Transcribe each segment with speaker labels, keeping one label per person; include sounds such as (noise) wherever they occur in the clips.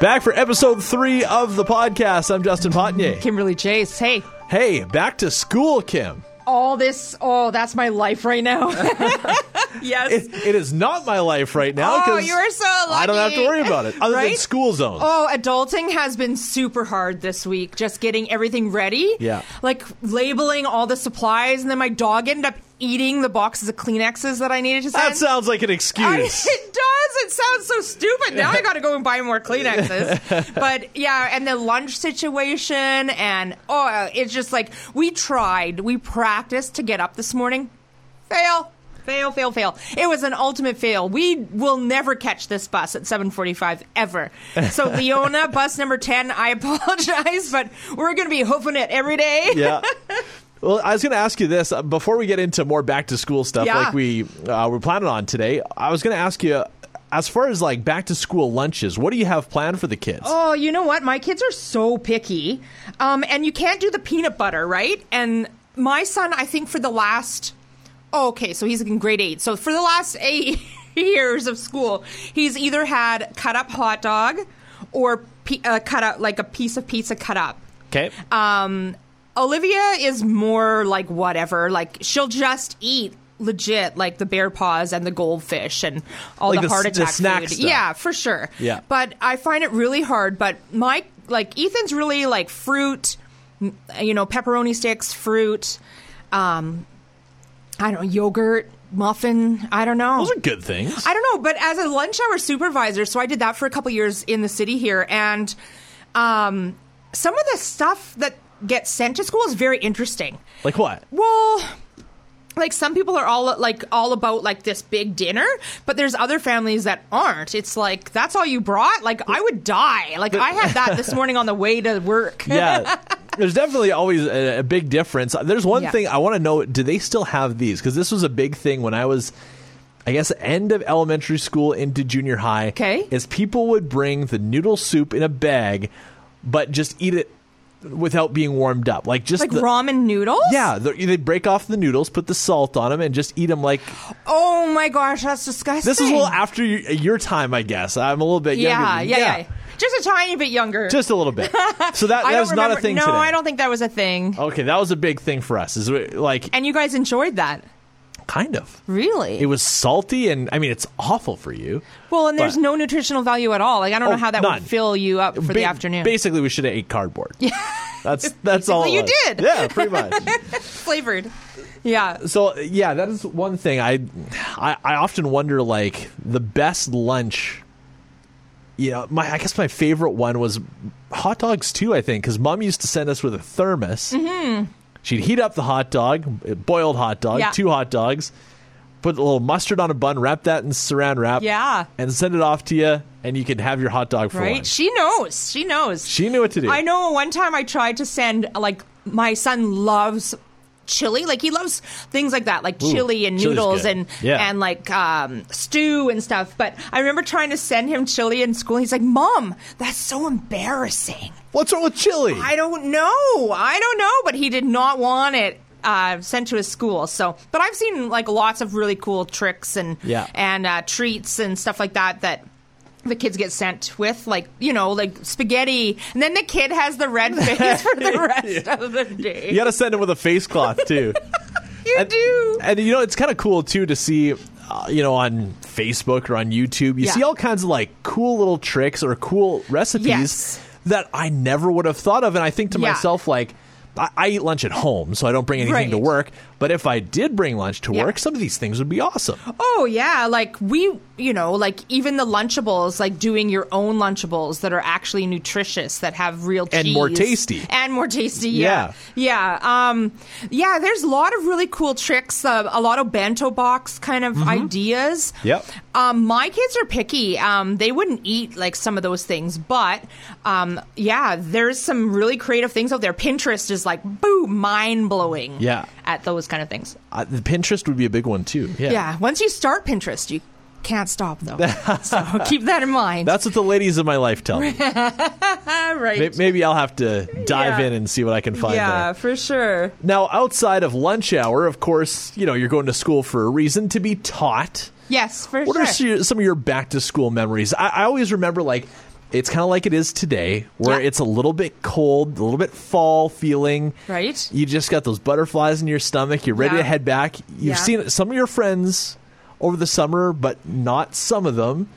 Speaker 1: Back for episode three of the podcast. I'm Justin Potnier.
Speaker 2: Kimberly Chase. Hey,
Speaker 1: Hey, back to school, Kim.
Speaker 2: all this, oh, that's my life right now. yes.
Speaker 1: It, it is not my life right now.
Speaker 2: Oh,
Speaker 1: 'cause
Speaker 2: you are so
Speaker 1: I don't have to
Speaker 2: lucky.
Speaker 1: worry about it, other than
Speaker 2: Right?
Speaker 1: school zones.
Speaker 2: Oh, adulting has been super hard this week. Just getting everything ready.
Speaker 1: Yeah.
Speaker 2: Like labeling all the supplies, and then my dog ended up eating the boxes of Kleenexes that I needed to send.
Speaker 1: that sounds like an
Speaker 2: I-
Speaker 1: excuse.
Speaker 2: (laughs) it does. It sounds so stupid. Now I got to go and buy
Speaker 1: (laughs)
Speaker 2: more Kleenexes. but yeah, and the lunch situation, and oh, it's just like we tried, we practiced to get up this morning. Fail. Fail, fail, fail. It was an ultimate fail. We will never catch this bus at 745 ever.
Speaker 1: (laughs)
Speaker 2: So Leona, bus number 10, I apologize, but we're going to be hoofing it every day.
Speaker 1: (laughs) yeah. Well, I was going to ask you this uh, before we get into more back to school stuff,
Speaker 2: Yeah.
Speaker 1: like we uh, were planning on today. I was going to ask you, as far as like back to school lunches, what do you have planned for the kids?
Speaker 2: Oh, you know what? My kids are so picky. Um, and you can't do the peanut butter, right? And my son, I think for the last, oh, okay, so he's in grade eight. So for the last (laughs) eight years of school, he's either had cut up hot dog or pe- uh, cut up, like a piece of pizza cut up.
Speaker 1: Okay.
Speaker 2: Um, Olivia is more like whatever. Like she'll just eat legit like the bear paws and the goldfish and all
Speaker 1: Like
Speaker 2: the,
Speaker 1: the
Speaker 2: heart
Speaker 1: s- the
Speaker 2: attack
Speaker 1: snack
Speaker 2: food.
Speaker 1: stuff.
Speaker 2: Yeah, for sure.
Speaker 1: Yeah.
Speaker 2: But I find it really hard. But my like Ethan's really like fruit, m- you know, pepperoni sticks, fruit, um, I don't know, yogurt, muffin. I don't know.
Speaker 1: Those are good things.
Speaker 2: I don't know, but as a lunch hour supervisor, so I did that for a couple years in the city here, and um, some of the stuff that gets sent to school is very interesting.
Speaker 1: like what?
Speaker 2: Well, like some people are all like all about like this big dinner, but there's other families that aren't. It's like that's all you brought. Like I would die. Like I had that this morning on the way to work.
Speaker 1: yeah. (laughs) There's definitely always a, a big difference. There's one
Speaker 2: Yeah.
Speaker 1: thing I want to know: Do they still have these? Because this was a big thing when I was, I guess, end of elementary school into junior high.
Speaker 2: 'Kay.
Speaker 1: is people would bring the noodle soup in a bag, but just eat it without being warmed up, like just
Speaker 2: Like
Speaker 1: the,
Speaker 2: ramen noodles.
Speaker 1: Yeah, they they break off the noodles, put the salt on them, and just eat them. Like
Speaker 2: Oh my gosh, that's disgusting.
Speaker 1: this is a little after your, your time, I guess. I'm a little bit younger.
Speaker 2: yeah,
Speaker 1: than-
Speaker 2: yeah, yeah, Just a tiny bit younger.
Speaker 1: just a little bit. So that
Speaker 2: (laughs)
Speaker 1: that
Speaker 2: I don't
Speaker 1: was not a
Speaker 2: remember-
Speaker 1: thing.
Speaker 2: No,
Speaker 1: today. Oh.
Speaker 2: I don't think that was a thing.
Speaker 1: Okay, that was a big thing for us. Is we- like
Speaker 2: And you guys enjoyed that,
Speaker 1: Kind of.
Speaker 2: really?
Speaker 1: It was salty, and I mean, it's awful for you.
Speaker 2: well, and there's
Speaker 1: but-
Speaker 2: no nutritional value at all. Like I don't
Speaker 1: Oh,
Speaker 2: know how that
Speaker 1: none.
Speaker 2: would fill you up for the
Speaker 1: Ba-
Speaker 2: afternoon.
Speaker 1: Basically, we should have ate cardboard. Yeah,
Speaker 2: (laughs)
Speaker 1: that's that's all. it
Speaker 2: Basically, you
Speaker 1: was.
Speaker 2: did.
Speaker 1: Yeah, pretty
Speaker 2: (laughs)
Speaker 1: much.
Speaker 2: Flavored. Yeah.
Speaker 1: so yeah, that is one thing I, I I often wonder like the best lunch. You know, my I guess my favorite one was hot dogs too. I think because mom used to send us with a thermos. Mm-hmm. She'd heat up the hot dog, uh, boiled hot dog,
Speaker 2: Yeah.
Speaker 1: two hot dogs, put a little mustard on a bun, wrap that in saran wrap,
Speaker 2: Yeah.
Speaker 1: and send it off to you, and you can have your hot dog for
Speaker 2: Right.
Speaker 1: lunch.
Speaker 2: She knows. She knows.
Speaker 1: She knew what to do.
Speaker 2: I know one time I tried to send like my son loves chili like he loves things like that like
Speaker 1: Ooh,
Speaker 2: chili and
Speaker 1: chili's
Speaker 2: noodles
Speaker 1: good.
Speaker 2: and
Speaker 1: Yeah.
Speaker 2: and like um, stew and stuff but i remember trying to send him chili in school and he's like mom that's so embarrassing
Speaker 1: What's wrong with chili?
Speaker 2: I don't know. I don't know, but he did not want it uh, sent to his school. So, but I've seen like lots of really cool tricks and
Speaker 1: Yeah.
Speaker 2: and uh, treats and stuff like that that the kids get sent with, like you know, like spaghetti, and then the kid has the red face for the rest of the day.
Speaker 1: you got to send him with a face cloth too.
Speaker 2: (laughs) you
Speaker 1: and,
Speaker 2: do.
Speaker 1: And you know, it's kind of cool too to see, uh, you know, on Facebook or on YouTube, you
Speaker 2: Yeah.
Speaker 1: see all kinds of like cool little tricks or cool recipes
Speaker 2: Yes.
Speaker 1: that I never would have thought of. And I think to
Speaker 2: Yeah.
Speaker 1: myself, like, I, I eat lunch at home, so I don't bring anything
Speaker 2: Right.
Speaker 1: to work. But if I did bring lunch to
Speaker 2: Yeah.
Speaker 1: work, some of these things would be awesome.
Speaker 2: Oh yeah, like we, you know, like even the Lunchables, like doing your own Lunchables that are actually nutritious, that have real cheese
Speaker 1: And more tasty.
Speaker 2: and more tasty. Yeah, yeah, yeah. Um, yeah there's a lot of really cool tricks, uh, a lot of bento box kind of ideas.
Speaker 1: Mm-hmm. Yep.
Speaker 2: Um, my kids are picky. Um, they wouldn't eat like some of those things, but um, yeah, there's some really creative things out there. Pinterest is like boom, mind blowing.
Speaker 1: Yeah.
Speaker 2: at those kind of things.
Speaker 1: Uh, the Pinterest would be a big one too. Yeah.
Speaker 2: Yeah, once you start Pinterest, you can't stop though.
Speaker 1: (laughs)
Speaker 2: so keep that in mind.
Speaker 1: That's what the ladies in my life tell
Speaker 2: (laughs)
Speaker 1: me.
Speaker 2: All right.
Speaker 1: May- Maybe I'll have to dive
Speaker 2: Yeah.
Speaker 1: in and see what I can find there.
Speaker 2: yeah, for sure.
Speaker 1: Now, outside of lunch hour, of course, you know, you're going to school for a reason to be taught.
Speaker 2: Yes, for
Speaker 1: What
Speaker 2: sure.
Speaker 1: are su- some of your back to school memories? I, I always remember, like, It's kind of like it is today, where
Speaker 2: Yeah.
Speaker 1: it's a little bit cold, a little bit fall feeling.
Speaker 2: Right.
Speaker 1: You just got those butterflies in your stomach. You're ready
Speaker 2: Yeah.
Speaker 1: to head back. You've
Speaker 2: Yeah.
Speaker 1: seen some of your friends over the summer, but not some of them.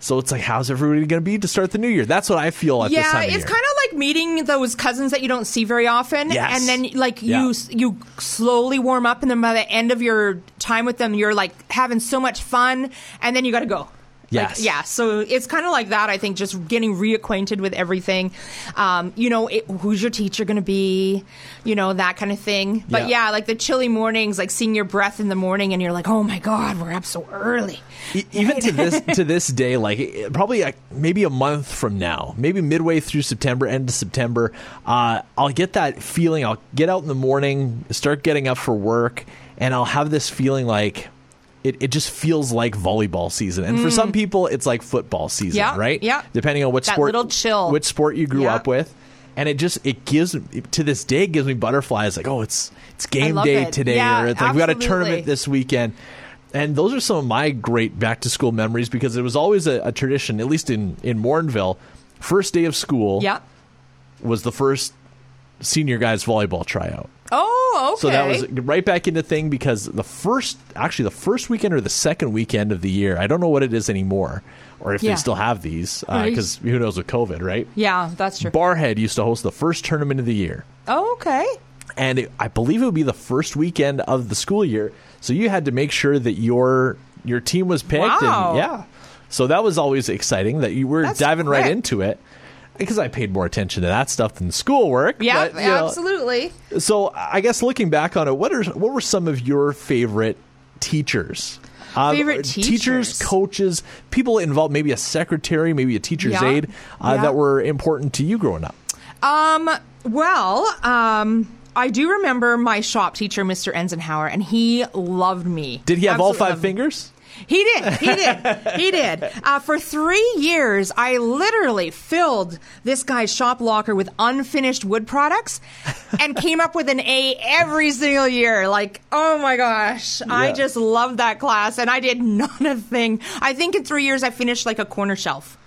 Speaker 1: So it's like, how's everybody going to be to start the new year? That's what I feel at this
Speaker 2: yeah,
Speaker 1: time.
Speaker 2: it's kind of like meeting those cousins that you don't see very often,
Speaker 1: Yes.
Speaker 2: and then like
Speaker 1: Yeah.
Speaker 2: you you slowly warm up, and then by the end of your time with them, you're like having so much fun, and then you got to go. Like,
Speaker 1: Yes.
Speaker 2: yeah. So it's kind of like that. I think just getting reacquainted with everything. Um, you know, it, who's your teacher going to be? You know that kind of thing. But
Speaker 1: Yeah.
Speaker 2: yeah. like the chilly mornings, like seeing your breath in the morning, and you're like, oh my god, we're up so early.
Speaker 1: E- even to this to this day like it- probably like maybe a month from now maybe midway through september end of september uh, i'll get that feeling i'll get out in the morning start getting up for work and i'll have this feeling like it, it just feels like volleyball season and for some people it's like football season
Speaker 2: Mm. Yeah,
Speaker 1: right
Speaker 2: yeah.
Speaker 1: depending on what
Speaker 2: That
Speaker 1: sport
Speaker 2: little chill.
Speaker 1: which sport you grew
Speaker 2: Yeah.
Speaker 1: up with and it just it gives it- to this day it gives me butterflies like oh it's it's game
Speaker 2: love
Speaker 1: day
Speaker 2: it.
Speaker 1: today
Speaker 2: Yeah,
Speaker 1: or it's like we got a
Speaker 2: absolutely.
Speaker 1: tournament this this weekend. And those are some of my great back to school memories because it was always a, a tradition, at least in, in Warrenville. First day of school
Speaker 2: Yeah.
Speaker 1: was the first senior guys volleyball tryout.
Speaker 2: Oh, okay.
Speaker 1: So that was right back into thing because the first, actually, the first weekend or the second weekend of the year, I don't know what it is anymore or if
Speaker 2: Yeah.
Speaker 1: they still have these
Speaker 2: Right.
Speaker 1: because who knows with COVID, right?
Speaker 2: yeah, that's true.
Speaker 1: Barhead used to host the first tournament of the year
Speaker 2: oh, okay.
Speaker 1: and it, I believe it would be the first weekend of the school year. So you had to make sure that your your team was picked.
Speaker 2: Wow.
Speaker 1: And, yeah. So that was always exciting that you were
Speaker 2: That's
Speaker 1: diving right
Speaker 2: quick.
Speaker 1: into it because I paid more attention to that stuff than schoolwork.
Speaker 2: Yeah,
Speaker 1: but, you know,
Speaker 2: absolutely.
Speaker 1: so I guess looking back on it, what are what were some of your favorite teachers? Um,
Speaker 2: Favorite
Speaker 1: teachers,
Speaker 2: teachers?
Speaker 1: coaches, people involved, maybe a secretary, maybe a teacher's
Speaker 2: Yeah.
Speaker 1: aide uh,
Speaker 2: Yeah.
Speaker 1: that were important to you growing up.
Speaker 2: Um, well, um, I do remember my shop teacher, Mr. Enzenhauer, and he loved me.
Speaker 1: Did he have all
Speaker 2: Absolutely
Speaker 1: five
Speaker 2: loved me.
Speaker 1: fingers?
Speaker 2: He did. He did. he did. Uh, for three years, I literally filled this guy's shop locker with unfinished wood products and came up with an A every single year. Like, oh my gosh, I
Speaker 1: Yeah.
Speaker 2: just loved that class, and I did not a thing. I think in three years, I finished like a corner shelf.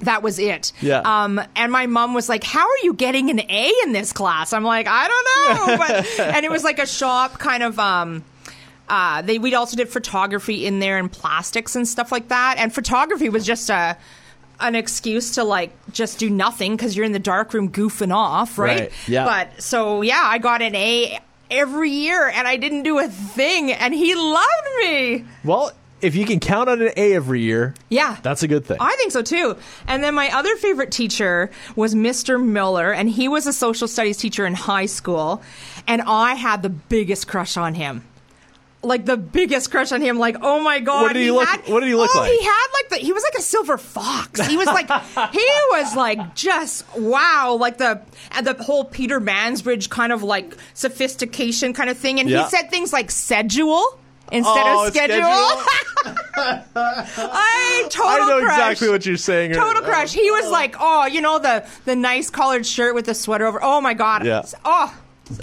Speaker 2: That was it.
Speaker 1: Yeah.
Speaker 2: Um, and my mom was like, "How are you getting an A in this class?" I'm like, "I don't know." But and it was like a shop kind of. Um, uh, they we also did photography in there and plastics and stuff like that. And photography was just a an excuse to like just do nothing because you're in the dark room goofing off, right?
Speaker 1: Right, yeah.
Speaker 2: But so yeah, I got an A every year, and I didn't do a thing, and he loved me.
Speaker 1: Well, if you can count on an A every year,
Speaker 2: Yeah.
Speaker 1: that's a good thing.
Speaker 2: I think so too. And then my other favorite teacher was Mr. Miller, and he was a social studies teacher in high school, and I had the biggest crush on him. Like the biggest crush on him, like oh my god!
Speaker 1: What did he look-
Speaker 2: Had,
Speaker 1: what did he look
Speaker 2: oh,
Speaker 1: like?
Speaker 2: He had like the he was like a silver fox. He was like he was like just wow, like the and the whole Peter Mansbridge kind of like sophistication kind of thing. And
Speaker 1: Yeah.
Speaker 2: he said things like schedule instead
Speaker 1: Oh,
Speaker 2: of schedule. (laughs) I total
Speaker 1: I know
Speaker 2: crush.
Speaker 1: exactly what you're saying.
Speaker 2: Total crush. He was like, oh, you know the the nice collared shirt with the sweater over. Oh my god.
Speaker 1: Yeah.
Speaker 2: Oh,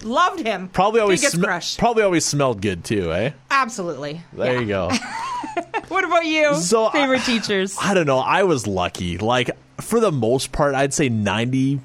Speaker 2: loved him.
Speaker 1: Probably always
Speaker 2: biggest
Speaker 1: sme-
Speaker 2: crush.
Speaker 1: probably always smelled good too, eh?
Speaker 2: Absolutely.
Speaker 1: There
Speaker 2: Yeah.
Speaker 1: you
Speaker 2: (laughs)
Speaker 1: go.
Speaker 2: What about you?
Speaker 1: So, I-
Speaker 2: favorite teachers.
Speaker 1: (laughs) I don't know. I was lucky. Like for the most part, I'd say 90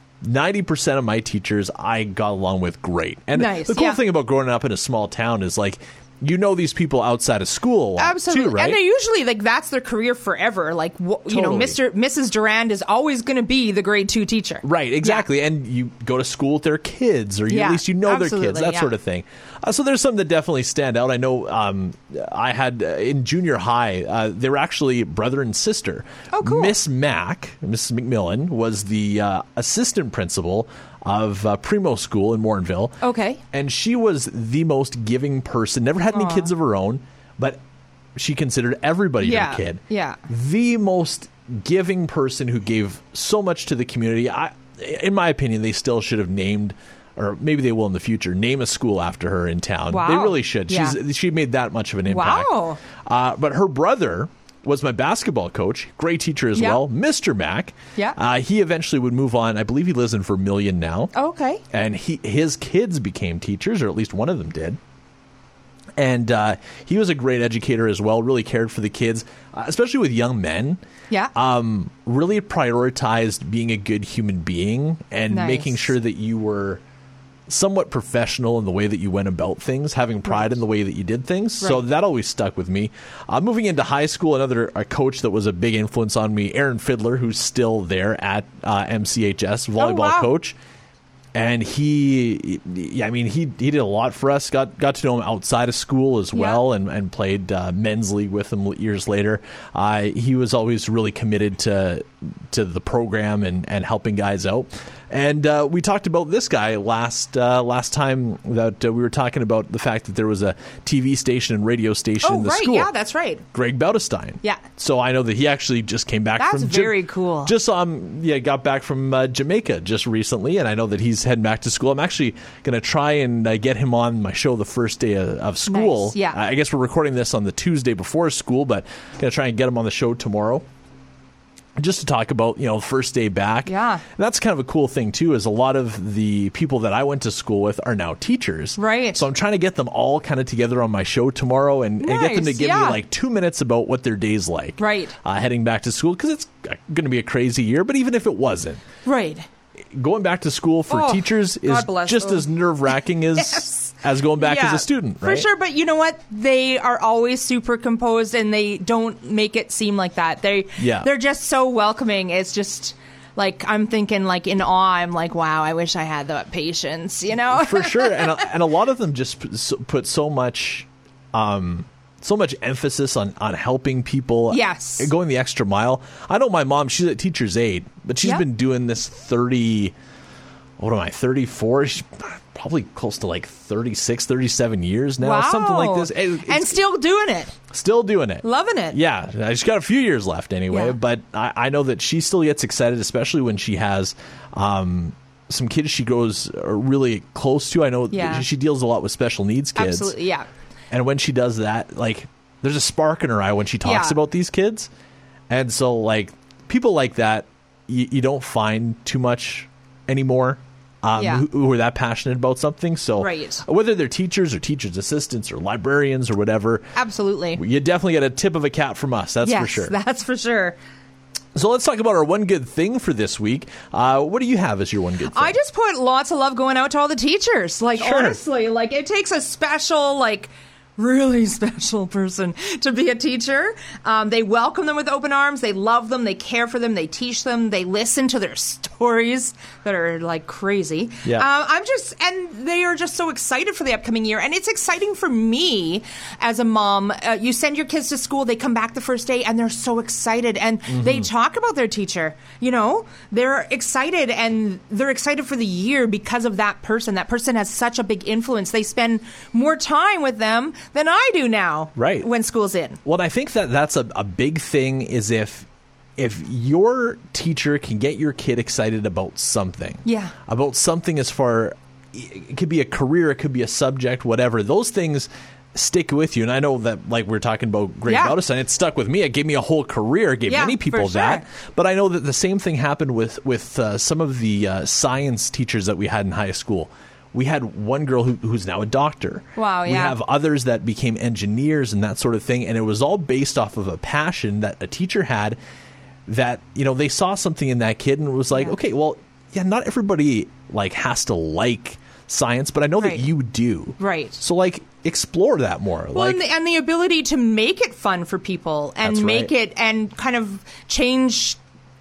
Speaker 1: percent of my teachers I got along with great. And
Speaker 2: Nice,
Speaker 1: the cool
Speaker 2: yeah.
Speaker 1: thing about growing up in a small town is like you know these people outside of school a lot,
Speaker 2: Absolutely.
Speaker 1: too, right?
Speaker 2: And they usually like that's their career forever. Like wh- you know,
Speaker 1: Totally.
Speaker 2: Mr. Mrs. Durand is always going to be the grade 2 teacher.
Speaker 1: Right,
Speaker 2: Yeah.
Speaker 1: exactly. And you go to school with their kids, or you, at
Speaker 2: Yeah,
Speaker 1: least you know their kids,
Speaker 2: absolutely,
Speaker 1: that
Speaker 2: yeah.
Speaker 1: sort of thing. Uh, so there's some that definitely stand out. I know um, I had uh, in junior high, uh, they were actually brother and sister.
Speaker 2: Oh, cool.
Speaker 1: Miss Mack, Mrs. McMillan, was the uh, assistant principal of uh, Primo School in Warrenville.
Speaker 2: Okay.
Speaker 1: And she was the most giving person, never had any kids of her own, but she considered everybody
Speaker 2: Yeah,
Speaker 1: her oh, kid.
Speaker 2: yeah.
Speaker 1: The most giving person who gave so much to the community. I, in my opinion, they still should have named, or maybe they will in the future, name a school after her in town. They
Speaker 2: Wow.
Speaker 1: really should. She's she made that much of an impact.
Speaker 2: Wow.
Speaker 1: Uh, but her brother was my basketball coach, great teacher as
Speaker 2: Yeah.
Speaker 1: well, Mr. Mack.
Speaker 2: Yeah.
Speaker 1: Uh, he eventually would move on. I believe he lives in Vermillion now
Speaker 2: Okay.
Speaker 1: and he his kids became teachers, or at least one of them did. and uh, he was a great educator as well. Really cared for the kids, uh, especially with young men.
Speaker 2: Yeah.
Speaker 1: Um, really prioritized being a good human being and
Speaker 2: Nice.
Speaker 1: making sure that you were somewhat professional in the way that you went about things, having pride in the way that you did things. So
Speaker 2: Right.
Speaker 1: that always stuck with me. Uh, moving into high school, another a coach that was a big influence on me, Aaron Fiddler, who's still there at uh, MCHS, volleyball
Speaker 2: Oh, wow.
Speaker 1: coach. And he, yeah, I mean, he he did a lot for us. Got got to know him outside of school as
Speaker 2: Yeah.
Speaker 1: well, and and played uh, men's league with him years later. Uh, he was always really committed to to the program and and helping guys out. And uh, we talked about this guy last uh, last time that uh, we were talking about the fact that there was a TV station and radio station
Speaker 2: Oh,
Speaker 1: in the
Speaker 2: right.
Speaker 1: school.
Speaker 2: Yeah, that's right.
Speaker 1: Greg Bautestein.
Speaker 2: Yeah.
Speaker 1: So I know that he actually just came back
Speaker 3: That's
Speaker 1: from Ja-
Speaker 3: very cool.
Speaker 1: Just um yeah, got back from uh, Jamaica just recently and I know that he's heading back to school. I'm actually going to try and uh, get him on my show the first day of, of school.
Speaker 2: Nice, yeah.
Speaker 1: I I guess we're recording this on the Tuesday before school, but going to try and get him on the show tomorrow. Just to talk about, you know, first day back.
Speaker 2: Yeah.
Speaker 1: And that's kind of a cool thing too, is a lot of the people that I went to school with are now teachers.
Speaker 2: Right.
Speaker 1: So I'm trying to get them all kind of together on my show tomorrow and, and get them to
Speaker 2: Nice,
Speaker 1: give me
Speaker 2: yeah.
Speaker 1: like two minutes about what their day's like.
Speaker 2: Right.
Speaker 1: Uh, heading back to school because it's going to be a crazy year. But even if it wasn't,
Speaker 2: Right.
Speaker 1: going back to school for
Speaker 2: Oh,
Speaker 1: teachers is
Speaker 2: God bless
Speaker 1: just
Speaker 2: them.
Speaker 1: as nerve
Speaker 2: (laughs)
Speaker 1: wracking as
Speaker 2: Yes.
Speaker 1: as going back as
Speaker 2: Yeah,
Speaker 1: a student. Right?
Speaker 2: For sure, but you know what? They are always super composed and they don't make it seem like that. They
Speaker 1: Yeah.
Speaker 2: they're just so welcoming. It's just like I'm thinking like in awe, I'm like, wow, I wish I had that patience, you know?
Speaker 1: for sure. And a, and a lot of them just p- so- put so much, um, so much emphasis on on helping people.
Speaker 2: Yes.
Speaker 1: going the extra mile. I know my mom; she's a teacher's aide, but she's
Speaker 2: Yeah.
Speaker 1: been doing this thirty. What am I? Thirty four. She's probably close to like 36, 37 years now,
Speaker 2: (laughs) wow.
Speaker 1: something like this. It- it's
Speaker 2: and still doing it.
Speaker 1: still doing it.
Speaker 2: Loving it.
Speaker 1: Yeah, she's got a few years left anyway,
Speaker 2: Yeah.
Speaker 1: but I, I know that she still gets excited, especially when she has um, some kids she goes uh, really close to. I know
Speaker 2: Yeah.
Speaker 1: that she deals a lot with special needs kids,
Speaker 2: Absolutely. Yeah.
Speaker 1: and when she does that, like there's a spark in her eye when she talks
Speaker 2: Yeah.
Speaker 1: about these kids, and so like people like that, you, you don't find too much anymore. Um,
Speaker 2: Yeah.
Speaker 1: who, who are that passionate about something? So,
Speaker 2: Right.
Speaker 1: whether they're teachers or teachers' assistants or librarians or whatever,
Speaker 2: Absolutely.
Speaker 1: you definitely get a tip of a cap from us. That's
Speaker 2: yes,
Speaker 1: for sure.
Speaker 2: (laughs) That's for sure.
Speaker 1: so let's talk about our one good thing for this week. Uh, what do you have as your one good thing?
Speaker 2: I just put lots of love going out to all the teachers. Like
Speaker 1: Sure.
Speaker 2: honestly, like it takes a special, like really (laughs) special person to be a teacher. Um, they welcome them with open arms. They love them. They care for them. They teach them. They listen to their (laughs) stories that are like crazy.
Speaker 1: Yeah.
Speaker 2: Um, I'm just, and they are just so excited for the upcoming year. And it's exciting for me as a mom. Uh, you send your kids to school, they come back the first day, and they're so excited. And they talk about their teacher. You know, they're excited and they're excited for the year because of that person. That person has such a big influence. They spend more time with them than I do now.
Speaker 1: Right.
Speaker 2: When school's in.
Speaker 1: well, and I think that that's a, a big thing is if if your teacher can get your kid excited about something.
Speaker 2: Yeah.
Speaker 1: About something as far it could be a career, it could be a subject, whatever. Those things stick with you. And I know that like we are talking about Greg
Speaker 2: Yeah.
Speaker 1: Bautista, and it stuck with me. It gave me a whole career, it gave
Speaker 2: Yeah,
Speaker 1: many
Speaker 2: for
Speaker 1: people that.
Speaker 2: sure.
Speaker 1: But I know that the same thing happened with with uh, some of the uh, science teachers that we had in high school. We had one girl who, who's now a doctor.
Speaker 2: Wow,
Speaker 1: We
Speaker 2: yeah.
Speaker 1: have others that became engineers and that sort of thing, and it was all based off of a passion that a teacher had. That you know they saw something in that kid and it was like,
Speaker 2: Yeah.
Speaker 1: okay, well, yeah, not everybody like has to like science, but I know that
Speaker 2: Right.
Speaker 1: you do.
Speaker 2: Right.
Speaker 1: So like explore that more.
Speaker 2: Well,
Speaker 1: like
Speaker 2: and, the, and the ability to make it fun for people and
Speaker 1: That's
Speaker 2: make
Speaker 1: right.
Speaker 2: it and kind of change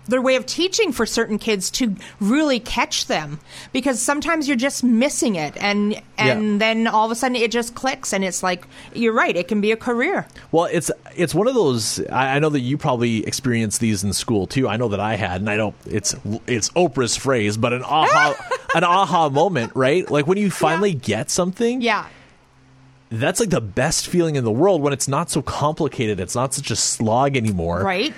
Speaker 2: their way of teaching for certain kids to really catch them because sometimes you're just missing it and and
Speaker 1: Yeah.
Speaker 2: then all of a sudden it just clicks and it's like you're right it can be a career
Speaker 1: Well, it's it's one of those. I, I know that you probably experienced these in school too. I know that I had, and I don't. It's it's Oprah's phrase, but an
Speaker 2: (laughs)
Speaker 1: aha an aha moment, right? Like when you finally get something.
Speaker 2: yeah
Speaker 1: that's like the best feeling in the world when it's not so complicated. It's not such a slog anymore,
Speaker 2: right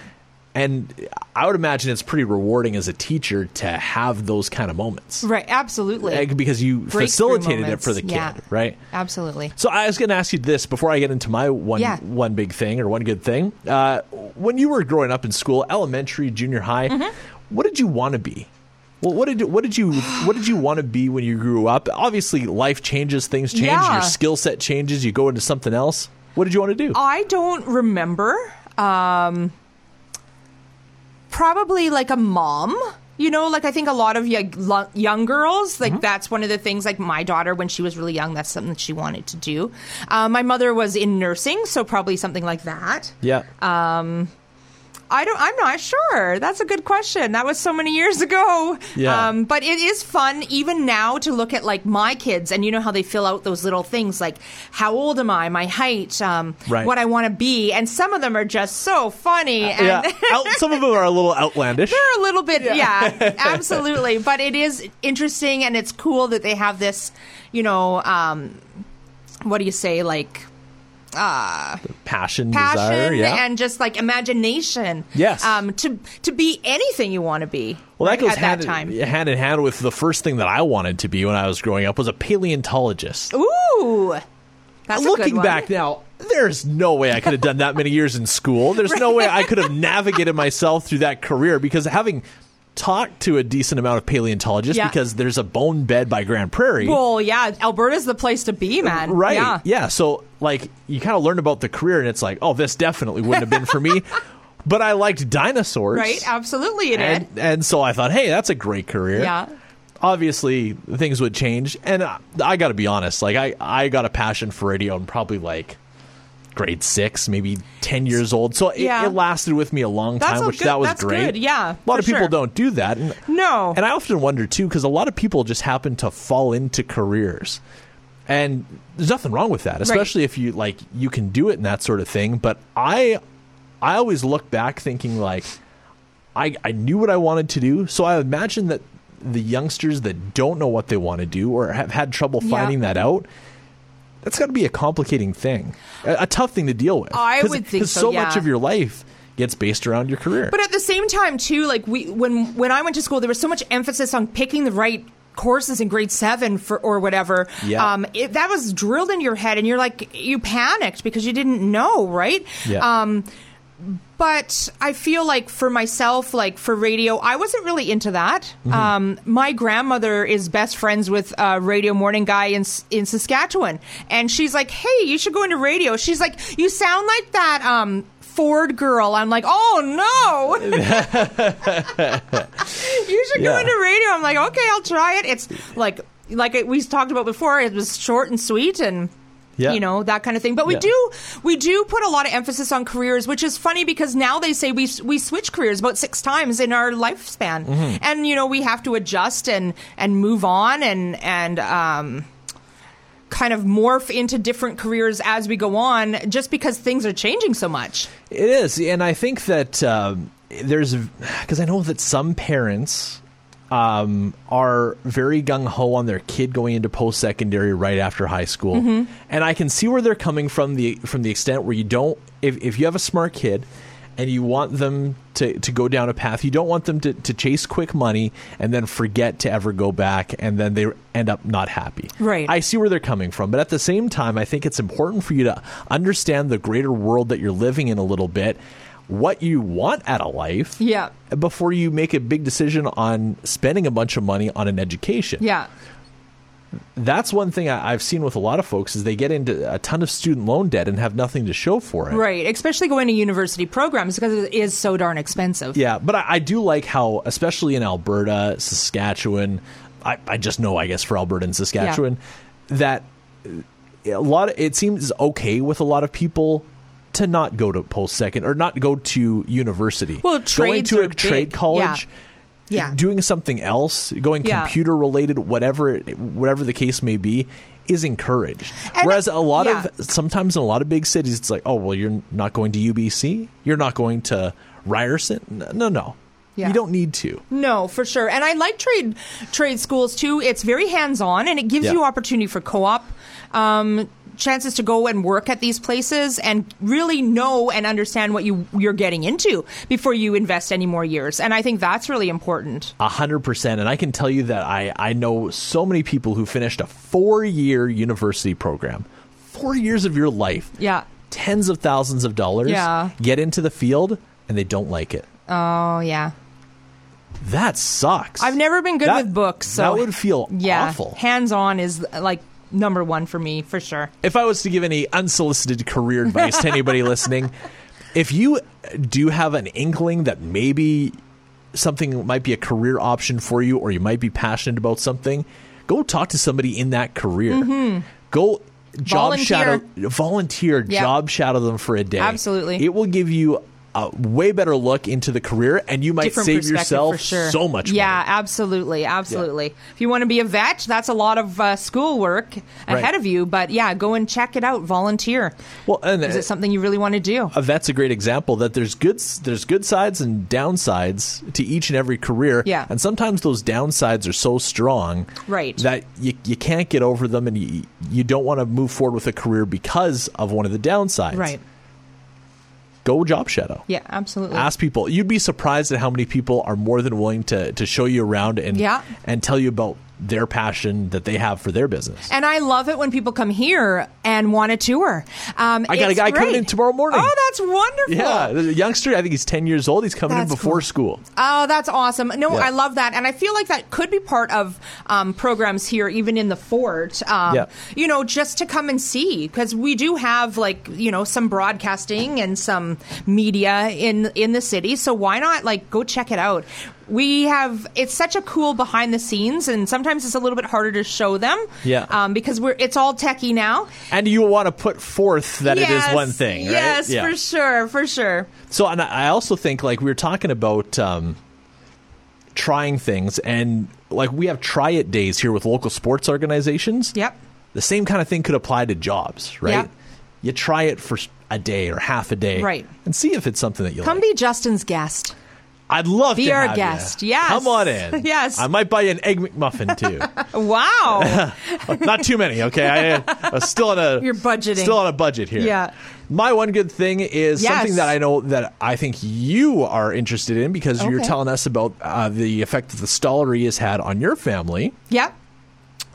Speaker 1: And I would imagine it's pretty rewarding as a teacher to have those kind of moments,
Speaker 2: right absolutely
Speaker 1: Like, because you
Speaker 2: Breakthrough
Speaker 1: facilitated it
Speaker 2: moments.
Speaker 1: for the kid,
Speaker 2: Yeah.
Speaker 1: right?
Speaker 2: absolutely
Speaker 1: So I was going to ask you this before I get into my one
Speaker 2: Yeah.
Speaker 1: one big thing or one good thing.
Speaker 2: Mm-hmm.
Speaker 1: Uh, when you were growing up in school, elementary, junior high, what did you want to be? Well, what did what did you what did you want to be when you grew up? Obviously, life changes, things change,
Speaker 2: Yeah.
Speaker 1: your skill set changes, you go into something else. What did you want to do?
Speaker 2: (laughs) I don't remember. Um, probably like a mom. You know, like I think a lot of young, lo- young girls, like that's one of the things. Like my daughter, when she was really young, that's something that she wanted to do. Uh, my mother was in nursing, so probably something like that.
Speaker 1: yeah,
Speaker 2: Um, I don't. I'm not sure. That's a good question. That was so many years ago.
Speaker 1: Yeah.
Speaker 2: Um, but it is fun even now to look at like my kids, and you know how they fill out those little things like how old am I, my height, um,
Speaker 1: Right. Uh,
Speaker 2: what I want to be, and some of them are just so funny. and (laughs)
Speaker 1: yeah. Out, some of them are a little outlandish.
Speaker 2: they're a little bit, yeah.
Speaker 1: (laughs)
Speaker 2: absolutely. But it is interesting, and it's cool that they have this. You know, um, what do you say, like
Speaker 1: Passion,
Speaker 2: passion
Speaker 1: desire, yeah.
Speaker 2: and just like imagination.
Speaker 1: Yes.
Speaker 2: Um, to to be anything you want to be.
Speaker 1: well, that
Speaker 2: like,
Speaker 1: goes
Speaker 2: at
Speaker 1: hand,
Speaker 2: that time.
Speaker 1: hand in hand with the first thing that I wanted to be when I was growing up was a paleontologist.
Speaker 2: Ooh, that's a good
Speaker 1: Looking
Speaker 2: one.
Speaker 1: back now, there's no way I could have done that many years in school. There's no way I could
Speaker 2: (laughs)
Speaker 1: have navigated myself through that career because having talked to a decent amount of paleontologists,
Speaker 2: Yeah.
Speaker 1: because there's a bone bed by Grand Prairie.
Speaker 2: Well, yeah, Alberta's the place to be, man.
Speaker 1: Right.
Speaker 2: Yeah.
Speaker 1: So like you kind of learn about the career and it's like, oh, this definitely wouldn't have been for
Speaker 2: (laughs)
Speaker 1: me. but I liked dinosaurs.
Speaker 2: Right. Absolutely, it is.
Speaker 1: And and so I thought, hey, that's a great career.
Speaker 2: Yeah.
Speaker 1: Obviously, things would change, and uh, I got to be honest. Like I, I got a passion for radio, in probably like grade six, maybe ten years old. So it,
Speaker 2: Yeah.
Speaker 1: it lasted with me a long
Speaker 2: That's
Speaker 1: time,
Speaker 2: a
Speaker 1: which
Speaker 2: good-
Speaker 1: that was
Speaker 2: that's
Speaker 1: great.
Speaker 2: good, yeah,
Speaker 1: a lot
Speaker 2: for
Speaker 1: of people
Speaker 2: sure.
Speaker 1: don't do that. And,
Speaker 2: No.
Speaker 1: and I often wonder too, because a lot of people just happen to fall into careers, and there's nothing wrong with that, especially if you like you can do it and that sort of thing. But I, I always look back thinking like, I I knew what I wanted to do, so I imagine that the youngsters that don't know what they want to do or have had trouble
Speaker 2: Yeah.
Speaker 1: finding that out. That's got to be a complicating thing, a, a tough thing to deal with.
Speaker 2: I
Speaker 1: 'Cause-
Speaker 2: would think
Speaker 1: 'cause
Speaker 2: so,
Speaker 1: much
Speaker 2: yeah.
Speaker 1: of your life gets based around your career.
Speaker 2: But at the same time, too, like we when when I went to school, there was so much emphasis on picking the right courses in grade seven for or whatever.
Speaker 1: Yeah.
Speaker 2: Um, it, that was drilled in your head, and you're like you panicked because you didn't know, right?
Speaker 1: Yeah.
Speaker 2: Um, but I feel like for myself, like for radio, I wasn't really into that. Um, my grandmother is best friends with a radio morning guy in in Saskatchewan, and she's like, "Hey, you should go into radio." She's like, "You sound like that." Um, Ford girl, I'm like, oh no! you should go
Speaker 1: Yeah.
Speaker 2: into radio. I'm like, okay, I'll try it. It's like, like we talked about before. It was short and sweet, and
Speaker 1: Yeah.
Speaker 2: you know that kind of thing. But we
Speaker 1: Yeah.
Speaker 2: do we do put a lot of emphasis on careers, which is funny because now they say we we switch careers about six times in our lifespan,
Speaker 1: Mm-hmm.
Speaker 2: and you know we have to adjust and and move on and and um, kind of morph into different careers as we go on, just because things are changing so much.
Speaker 1: It is, and I think that um, there's because I know that some parents um, are very gung ho on their kid going into post secondary right after high school, and I can see where they're coming from the from the extent where you don't if if you have a smart kid. And you want them to, to go down a path. You don't want them to, to chase quick money and then forget to ever go back, and then they end up not happy.
Speaker 2: Right.
Speaker 1: I see where they're coming from, but at the same time, I think it's important for you to understand the greater world that you're living in a little bit, what you want out of life,
Speaker 2: Yeah.
Speaker 1: before you make a big decision on spending a bunch of money on an education.
Speaker 2: Yeah.
Speaker 1: That's one thing I, I've seen with a lot of folks is they get into a ton of student loan debt and have nothing to show for it.
Speaker 2: Right, especially going to university programs because it is so darn expensive.
Speaker 1: Yeah, but I, I do like how, especially in Alberta, Saskatchewan, I, I just know, I guess, for Alberta and Saskatchewan, that uh, a lot of, it seems okay with a lot of people to not go to post second or not go to university.
Speaker 2: Well,
Speaker 1: going
Speaker 2: trades
Speaker 1: to
Speaker 2: are
Speaker 1: a
Speaker 2: big.
Speaker 1: trade college.
Speaker 2: Yeah.
Speaker 1: doing something else, going
Speaker 2: Yeah.
Speaker 1: computer related, whatever, it- whatever the case may be, is encouraged.
Speaker 2: And-
Speaker 1: Whereas a lot
Speaker 2: yeah.
Speaker 1: of sometimes in a lot of big cities, it's like, oh well, you're not going to UBC, you're not going to Ryerson. N- No, no,
Speaker 2: Yeah.
Speaker 1: you don't need to.
Speaker 2: No, for sure. And I like trade trade schools too. It's very hands on, and it gives
Speaker 1: Yeah.
Speaker 2: you opportunity for co op. Um, chances to go and work at these places and really know and understand what you you're getting into before you invest any more years and i think that's really important
Speaker 1: A hundred percent. And I can tell you that I I know so many people who finished a four year university program, four years of your life,
Speaker 2: yeah
Speaker 1: tens of thousands of dollars,
Speaker 2: Yeah.
Speaker 1: get into the field, and they don't like it.
Speaker 2: oh yeah
Speaker 1: That sucks.
Speaker 2: I've never been good
Speaker 1: That-
Speaker 2: with books, so
Speaker 1: that would feel
Speaker 2: yeah,
Speaker 1: awful.
Speaker 2: hands on is like number one for me for sure.
Speaker 1: if I was to give any unsolicited career advice to
Speaker 2: (laughs)
Speaker 1: anybody listening, if you do have an inkling that maybe something might be a career option for you or you might be passionate about something, go talk to somebody in that career. Go job
Speaker 2: Mm-hmm. Volunteer.
Speaker 1: shadow volunteer
Speaker 2: Yeah.
Speaker 1: job shadow them for a day.
Speaker 2: Absolutely.
Speaker 1: It will give you a way better look into the career and you might
Speaker 2: Different
Speaker 1: save
Speaker 2: perspective
Speaker 1: yourself
Speaker 2: for sure.
Speaker 1: so much
Speaker 2: Yeah,
Speaker 1: money.
Speaker 2: absolutely, absolutely. If you want to be a vet, that's a lot of uh, schoolwork ahead of you. But yeah, go and check it out. Volunteer.
Speaker 1: Well, and
Speaker 2: Is it something you really want to do?
Speaker 1: uh, that's a great example that there's good there's good sides and downsides to each and every career.
Speaker 2: Yeah.
Speaker 1: And sometimes those downsides are so strong
Speaker 2: Right.
Speaker 1: that you, you can't get over them and you, you don't want to move forward with a career because of one of the downsides.
Speaker 2: Right.
Speaker 1: Go job shadow.
Speaker 2: Yeah, absolutely.
Speaker 1: Ask people. You'd be surprised at how many people are more than willing to, to show you around and
Speaker 2: Yeah.
Speaker 1: and tell you about their passion that they have for their business.
Speaker 2: And I love it when people come here and want a tour. Um,
Speaker 1: I got a
Speaker 2: it's
Speaker 1: guy coming
Speaker 2: great.
Speaker 1: in tomorrow morning.
Speaker 2: Oh, that's wonderful.
Speaker 1: yeah, the youngster. I think he's ten years old. He's coming
Speaker 2: That's
Speaker 1: in before
Speaker 2: cool.
Speaker 1: school.
Speaker 2: Oh, that's awesome. No,
Speaker 1: Yeah.
Speaker 2: I love that. And I feel like that could be part of um, programs here, even in the fort, um,
Speaker 1: Yeah.
Speaker 2: you know, just to come and see. Because we do have, like, you know, some broadcasting and some media in, in the city. So why not, like, go check it out? We have, it's such a cool behind the scenes, and sometimes it's a little bit harder to show them.
Speaker 1: Yeah.
Speaker 2: Um, because we're, it's all techie now.
Speaker 1: and you want to put forth that it
Speaker 2: Yes,
Speaker 1: is one thing, right?
Speaker 2: Yes,
Speaker 1: Yeah.
Speaker 2: for sure, for sure.
Speaker 1: So, and I I also think like we were talking about um, trying things, and like we have try it days here with local sports organizations.
Speaker 2: Yep.
Speaker 1: the same kind of thing could apply to jobs, right?
Speaker 2: Yeah.
Speaker 1: You try it for s- a day or half a day,
Speaker 2: Right.
Speaker 1: and see if it's something that you
Speaker 2: Come
Speaker 1: like.
Speaker 2: be Justin's guest.
Speaker 1: I'd love
Speaker 2: be
Speaker 1: to
Speaker 2: our
Speaker 1: have
Speaker 2: guest.
Speaker 1: You.
Speaker 2: Yes.
Speaker 1: come on in.
Speaker 2: (laughs) Yes.
Speaker 1: I might buy you an egg McMuffin
Speaker 2: (laughs)
Speaker 1: too.
Speaker 2: Wow.
Speaker 1: (laughs) Not too many, okay? I, uh, still on a
Speaker 2: You're budgeting.
Speaker 1: Still on a budget here.
Speaker 2: Yeah.
Speaker 1: My one good thing is
Speaker 2: Yes.
Speaker 1: something that I know that I think you are interested in because you're
Speaker 2: Okay.
Speaker 1: telling us about uh, the effect that the stallery has had on your family.
Speaker 2: yep.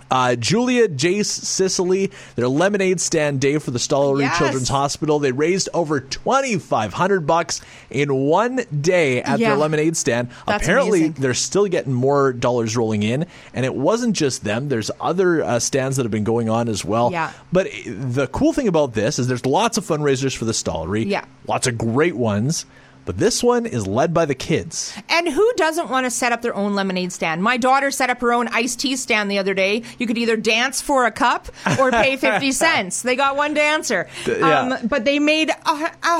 Speaker 1: Uh, Julia, Jace, Sicily, their lemonade stand day for the Stollery
Speaker 2: Yes.
Speaker 1: Children's Hospital. They raised over twenty five hundred bucks in one day at
Speaker 2: Yeah.
Speaker 1: their lemonade stand.
Speaker 2: That's
Speaker 1: Apparently,
Speaker 2: amazing.
Speaker 1: they're still getting more dollars rolling in, and it wasn't just them. There's other uh, stands that have been going on as well.
Speaker 2: Yeah.
Speaker 1: But i- the cool thing about this is there's lots of fundraisers for the Stollery.
Speaker 2: Yeah.
Speaker 1: Lots of great ones. But this one is led by the kids.
Speaker 2: And who doesn't want to set up their own lemonade stand? My daughter set up her own iced tea stand the other day. You could either dance for a cup or pay 50 cents. They got one dancer. Um,
Speaker 1: yeah.
Speaker 2: but they made a, a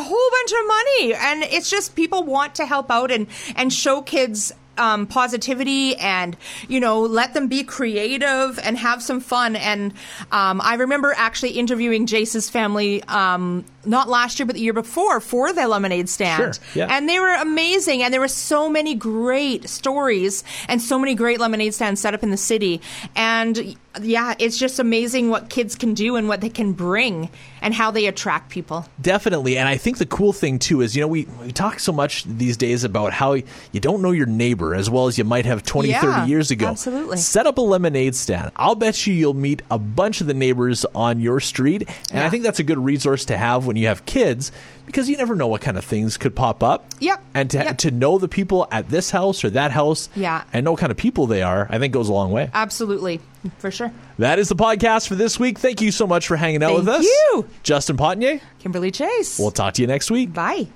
Speaker 2: whole bunch of money. And it's just people want to help out and, and show kids. Um, positivity and you know let them be creative and have some fun and um, i remember actually interviewing jace's family um, not last year but the year before for the lemonade stand
Speaker 1: Sure, yeah.
Speaker 2: and they were amazing and there were so many great stories and so many great lemonade stands set up in the city and yeah it's just amazing what kids can do and what they can bring and how they attract people
Speaker 1: Definitely, and I think the cool thing too is you know we, we talk so much these days about how you don't know your neighbor as well as you might have 20,
Speaker 2: Yeah,
Speaker 1: 30 years ago.
Speaker 2: absolutely.
Speaker 1: Set up a lemonade stand. I'll bet you you'll meet a bunch of the neighbors on your street, and
Speaker 2: Yeah.
Speaker 1: I think that's a good resource to have when you have kids because you never know what kind of things could pop up.
Speaker 2: Yep,
Speaker 1: And to
Speaker 2: yep.
Speaker 1: to know the people at this house or that house,
Speaker 2: Yeah.
Speaker 1: and know what kind of people they are, I think goes a long way.
Speaker 2: absolutely for sure
Speaker 1: That is the podcast for this week. Thank you so much for hanging out with
Speaker 2: Thank
Speaker 1: us.
Speaker 2: you.
Speaker 1: Justin Potnier.
Speaker 2: kimberly chase
Speaker 1: We'll talk to you next week.
Speaker 2: bye